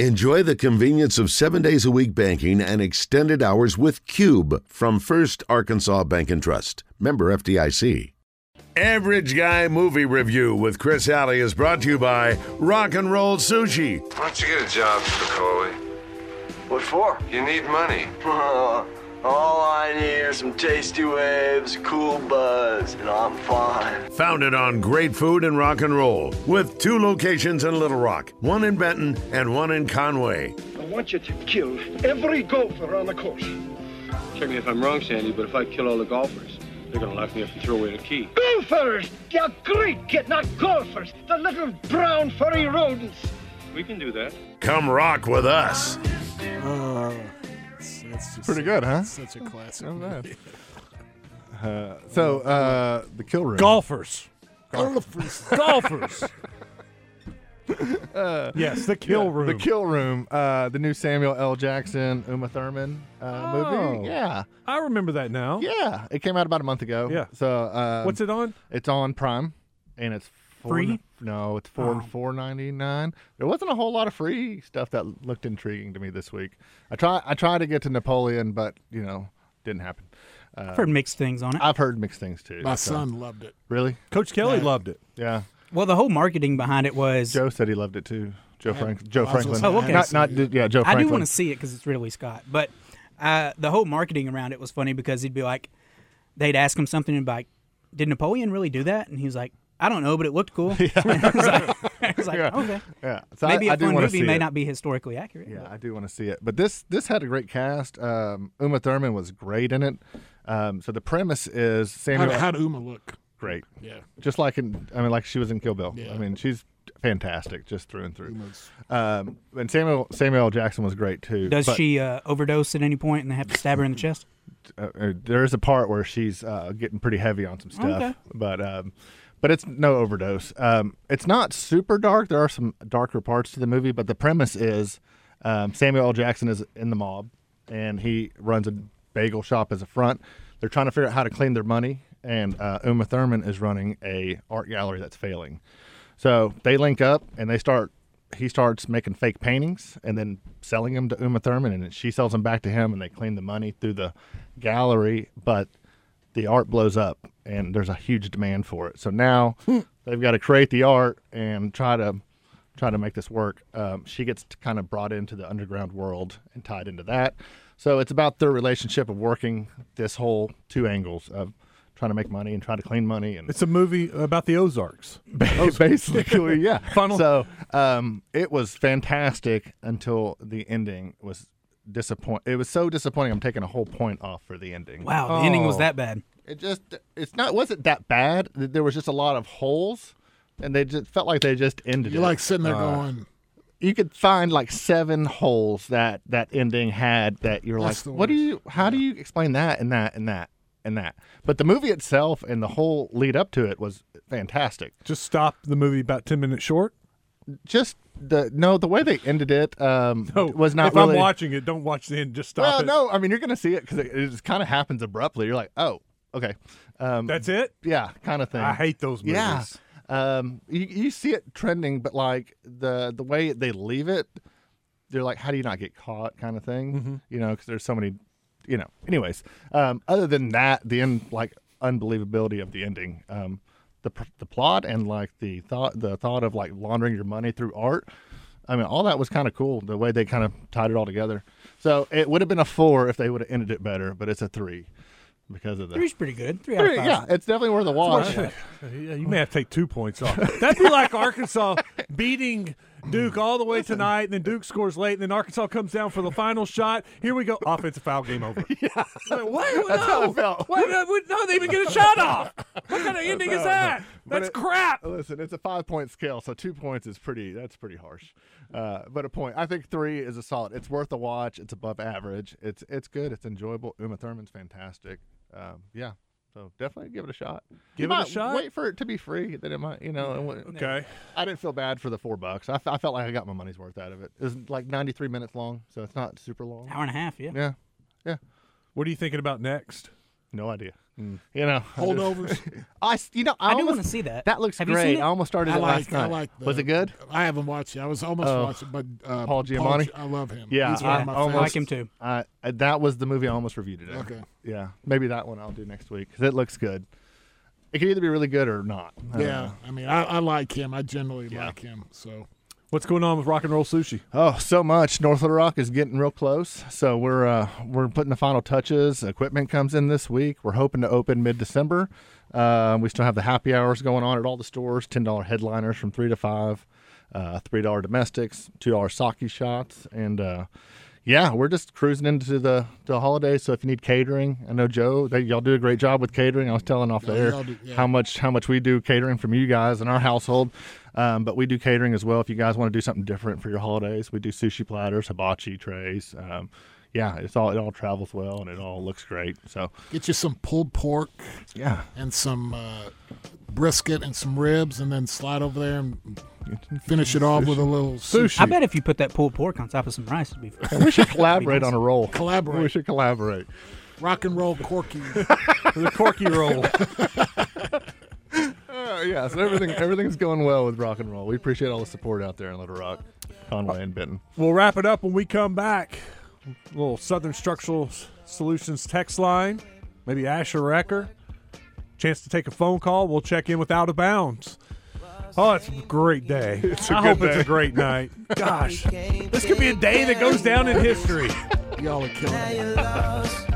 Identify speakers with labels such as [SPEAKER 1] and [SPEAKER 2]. [SPEAKER 1] Enjoy the convenience of seven days a week banking and extended hours with Cube from First Arkansas Bank and Trust. Member FDIC. Average Guy Movie Review with Chris Alley is brought to you by Rock and Roll Sushi.
[SPEAKER 2] Why don't you get a job, Spicoli?
[SPEAKER 3] What for?
[SPEAKER 2] You need money.
[SPEAKER 3] all I need are some tasty waves, cool buzz, and I'm fine.
[SPEAKER 1] Founded on great food and rock and roll, with two locations in Little Rock, one in Benton and one in Conway.
[SPEAKER 4] I want you to kill every golfer on the course.
[SPEAKER 5] Check me if I'm wrong, Sandy, but if I kill all the golfers, they're gonna lock me up and throw away the key.
[SPEAKER 4] Gophers! They're great kid, not golfers. The little brown furry rodents.
[SPEAKER 5] We can do that.
[SPEAKER 1] Come rock with us.
[SPEAKER 6] That's just
[SPEAKER 7] Pretty good, huh?
[SPEAKER 6] Such a classic.
[SPEAKER 7] Not bad. Uh, so uh, the kill room.
[SPEAKER 8] golfers.
[SPEAKER 6] Golfers.
[SPEAKER 8] Golfers. yes, the kill room.
[SPEAKER 7] The kill room. Uh, the new Samuel L. Jackson Uma Thurman uh,
[SPEAKER 8] Oh.
[SPEAKER 7] movie. Yeah,
[SPEAKER 8] I remember that now.
[SPEAKER 7] yeah. It came out about a month ago.
[SPEAKER 8] Yeah.
[SPEAKER 7] So uh,
[SPEAKER 8] What's it on?
[SPEAKER 7] It's on Prime, and it's four,
[SPEAKER 8] Free?
[SPEAKER 7] No, it's
[SPEAKER 9] Oh.
[SPEAKER 7] four four ninety nine. There wasn't a whole lot of free stuff that looked intriguing to me this week. I try I tried to get to Napoleon, but you know, didn't happen.
[SPEAKER 9] I've heard mixed things on it.
[SPEAKER 7] I've heard mixed things too.
[SPEAKER 6] My
[SPEAKER 7] so-
[SPEAKER 6] son loved it.
[SPEAKER 7] Really?
[SPEAKER 8] Coach Kelly loved it.
[SPEAKER 7] Yeah.
[SPEAKER 9] Well, the whole marketing behind it was.
[SPEAKER 7] Joe said he loved it too. Joe Frank. Joe
[SPEAKER 6] I was gonna
[SPEAKER 7] Franklin.
[SPEAKER 9] say, Oh, okay.
[SPEAKER 7] Not, not yeah. Joe
[SPEAKER 9] I
[SPEAKER 7] Franklin.
[SPEAKER 9] do want to see it because it's Ridley Scott, but uh, the whole marketing around it was funny because he'd be like, they'd ask him something and be like, "Did Napoleon really do that?" And he was like, "I don't know, but it looked cool." I was like, I was like, "Okay,
[SPEAKER 7] Yeah. So
[SPEAKER 9] maybe
[SPEAKER 7] I,
[SPEAKER 9] a
[SPEAKER 7] I do
[SPEAKER 9] fun
[SPEAKER 7] wanna
[SPEAKER 9] movie
[SPEAKER 7] see
[SPEAKER 9] may
[SPEAKER 7] it.
[SPEAKER 9] not be historically accurate."
[SPEAKER 7] Yeah,
[SPEAKER 9] but-
[SPEAKER 7] I do want to see it. But this this had a great cast. Um, Uma Thurman was great in it. Um, so the premise is
[SPEAKER 6] How,
[SPEAKER 7] Samuel.
[SPEAKER 6] how'd Uma look?
[SPEAKER 7] great.
[SPEAKER 6] Yeah.
[SPEAKER 7] Just like in, I mean, like she was in Kill Bill.
[SPEAKER 6] Yeah.
[SPEAKER 7] I mean, she's fantastic, just through and through.
[SPEAKER 6] Uma's-
[SPEAKER 7] Um, and Samuel Samuel L. Jackson was great too.
[SPEAKER 9] Does
[SPEAKER 7] but,
[SPEAKER 9] she uh, overdose at any point and they have to stab her in the chest?
[SPEAKER 7] Uh, uh, there is a part where she's uh, getting pretty heavy on some stuff,
[SPEAKER 9] Okay.
[SPEAKER 7] but um, but it's no overdose. Um, it's not super dark. There are some darker parts to the movie, but the premise is um, Samuel L. Jackson is in the mob, and he runs a bagel shop as a front. They're trying to figure out how to clean their money, and uh, Uma Thurman is running a art gallery that's failing. So they link up and they start. He starts making fake paintings and then selling them to Uma Thurman, and then she sells them back to him, and they clean the money through the gallery. But the art blows up, and there's a huge demand for it. So now they've got to create the art and try to try to make this work. Um, she gets kind of brought into the underground world and tied into that. So it's about their relationship of working this whole two angles of trying to make money and trying to clean money and
[SPEAKER 8] It's a movie about the Ozarks.
[SPEAKER 7] basically, yeah.
[SPEAKER 8] Funnel.
[SPEAKER 7] So um, it was fantastic until the ending was disappoint. It was so disappointing. I'm taking a whole point off for the ending.
[SPEAKER 9] Wow, the ending was
[SPEAKER 8] Oh.
[SPEAKER 9] that bad.
[SPEAKER 7] It just it's not wasn't that bad. Th- There was just a lot of holes, and they just felt like they just ended.
[SPEAKER 6] You're
[SPEAKER 7] it.
[SPEAKER 6] like sitting there
[SPEAKER 8] Uh,
[SPEAKER 6] going,
[SPEAKER 7] you could find like seven holes that that ending had that you're
[SPEAKER 6] That's the
[SPEAKER 7] like, what do you? How do you explain that and that and that? And that, but the movie itself and the whole lead up to it was fantastic.
[SPEAKER 8] Just stop the movie about ten minutes short.
[SPEAKER 7] just the no the way they ended it um
[SPEAKER 8] No,
[SPEAKER 7] was not
[SPEAKER 8] If
[SPEAKER 7] really
[SPEAKER 8] I'm watching it, don't watch the end. Just stop
[SPEAKER 7] well
[SPEAKER 8] it.
[SPEAKER 7] no i mean you're gonna see it because it, it just kind of happens abruptly you're like oh okay um
[SPEAKER 8] that's it.
[SPEAKER 7] yeah kind of thing
[SPEAKER 8] I hate those movies.
[SPEAKER 7] yeah um you, you see it trending but like the the way they leave it they're like how do you not get caught kind of thing
[SPEAKER 8] Mm-hmm.
[SPEAKER 7] you know because there's so many you know anyways um other than that the end like unbelievability of the ending um the, pr- the plot and like the thought the thought of like laundering your money through art i mean all that was kind of cool the way they kind of tied it all together so it would have been a four if they would have ended it better but it's a three because of the
[SPEAKER 9] Three's pretty good. Three out of
[SPEAKER 7] Three,
[SPEAKER 9] five.
[SPEAKER 7] yeah it's definitely worth a watch
[SPEAKER 8] Yeah, you may have to take two points off. That'd be like Arkansas beating Duke all the way tonight, and then Duke scores late, and then Arkansas comes down for the final shot. Here we go, offensive foul, game over. Yeah. Like, what?
[SPEAKER 7] That's how
[SPEAKER 8] no.
[SPEAKER 7] it felt.
[SPEAKER 8] Why did- we- no, they didn't even get a shot off. What kind of ending is that?
[SPEAKER 7] But
[SPEAKER 8] That's
[SPEAKER 7] it-
[SPEAKER 8] crap.
[SPEAKER 7] Listen, it's a five point scale, so two points is pretty. That's pretty harsh, uh, but a point. I think three is a solid. It's worth a watch. It's above average. It's it's good. It's enjoyable. Uma Thurman's fantastic. Um, yeah, so definitely give it a shot. You
[SPEAKER 8] Give it a
[SPEAKER 7] might
[SPEAKER 8] shot?
[SPEAKER 7] Wait for it to be free. Then it might, you know. and what-
[SPEAKER 8] Okay.
[SPEAKER 7] I didn't feel bad for the four bucks. I, f- I felt like I got my money's worth out of it. It was like ninety three minutes long, so it's not super long.
[SPEAKER 9] Hour and a half, yeah.
[SPEAKER 7] Yeah, yeah.
[SPEAKER 8] What are you thinking about next?
[SPEAKER 7] No idea. Mm, You know, I just-
[SPEAKER 6] Holdovers.
[SPEAKER 7] I s- you know I,
[SPEAKER 9] I do
[SPEAKER 7] almost-
[SPEAKER 9] wanna see that.
[SPEAKER 7] That looks
[SPEAKER 9] Have you
[SPEAKER 7] great.
[SPEAKER 9] seen it?
[SPEAKER 7] I almost started
[SPEAKER 6] I
[SPEAKER 7] it
[SPEAKER 6] like.
[SPEAKER 7] last night.
[SPEAKER 6] I like. The,
[SPEAKER 7] was it good?
[SPEAKER 6] I haven't watched it. I was almost
[SPEAKER 7] Oh.
[SPEAKER 6] watching, but uh,
[SPEAKER 7] Paul Giamatti?
[SPEAKER 6] I love him.
[SPEAKER 7] Yeah,
[SPEAKER 6] He's
[SPEAKER 7] I
[SPEAKER 6] one of my
[SPEAKER 7] almost-
[SPEAKER 9] I like
[SPEAKER 6] favorites.
[SPEAKER 9] him too.
[SPEAKER 7] I I- that was the movie I almost reviewed today.
[SPEAKER 6] Okay.
[SPEAKER 7] Yeah, maybe that one I'll do next week because it looks good. It could either be really good or not. I don't
[SPEAKER 6] Yeah, I mean, I, I like him. I generally
[SPEAKER 7] Yeah.
[SPEAKER 6] like him. So
[SPEAKER 8] What's going on with rock and roll sushi?
[SPEAKER 7] Oh, so much. North Little Rock is getting real close. So we're uh, we're putting the final touches. Equipment comes in this week. We're hoping to open mid December. Uh, we still have the happy hours going on at all the stores. Ten dollar headliners from three to five. Uh, Three dollar domestics. Two dollar sake shots. And uh, yeah, we're just cruising into the the holidays. So if you need catering, I know Joe, they, y'all do a great job with catering. I was telling off the
[SPEAKER 6] Yeah,
[SPEAKER 7] air
[SPEAKER 6] y'all do- yeah.
[SPEAKER 7] how much how much we do catering from you guys in our household. Um, but we do catering as well. If you guys want to do something different for your holidays, we do sushi platters, hibachi trays. Um, yeah, it's all it all travels well and it all looks great. So
[SPEAKER 6] get you some pulled pork
[SPEAKER 7] yeah,
[SPEAKER 6] and some uh, brisket and some ribs, and then slide over there and finish it off with a little sushi.
[SPEAKER 9] I bet if you put that pulled pork on top of some rice, it'd be.
[SPEAKER 7] we should collaborate
[SPEAKER 9] nice.
[SPEAKER 7] on a roll.
[SPEAKER 6] Collaborate.
[SPEAKER 7] We should collaborate.
[SPEAKER 6] Rock and roll corky.
[SPEAKER 8] The corky roll.
[SPEAKER 7] Uh, yeah, so everything everything's going well with rock and roll. We appreciate all the support out there in Little Rock, Conway, and Benton.
[SPEAKER 8] We'll wrap it up when we come back. little Southern Structural S- Solutions text line, maybe Asher Recker. Chance to take a phone call. We'll check in with Out of Bounds. Oh, it's a great day. I hope it's a great night. Gosh, this could be a day that goes down in history.
[SPEAKER 6] Y'all are killing it.
[SPEAKER 10] lost.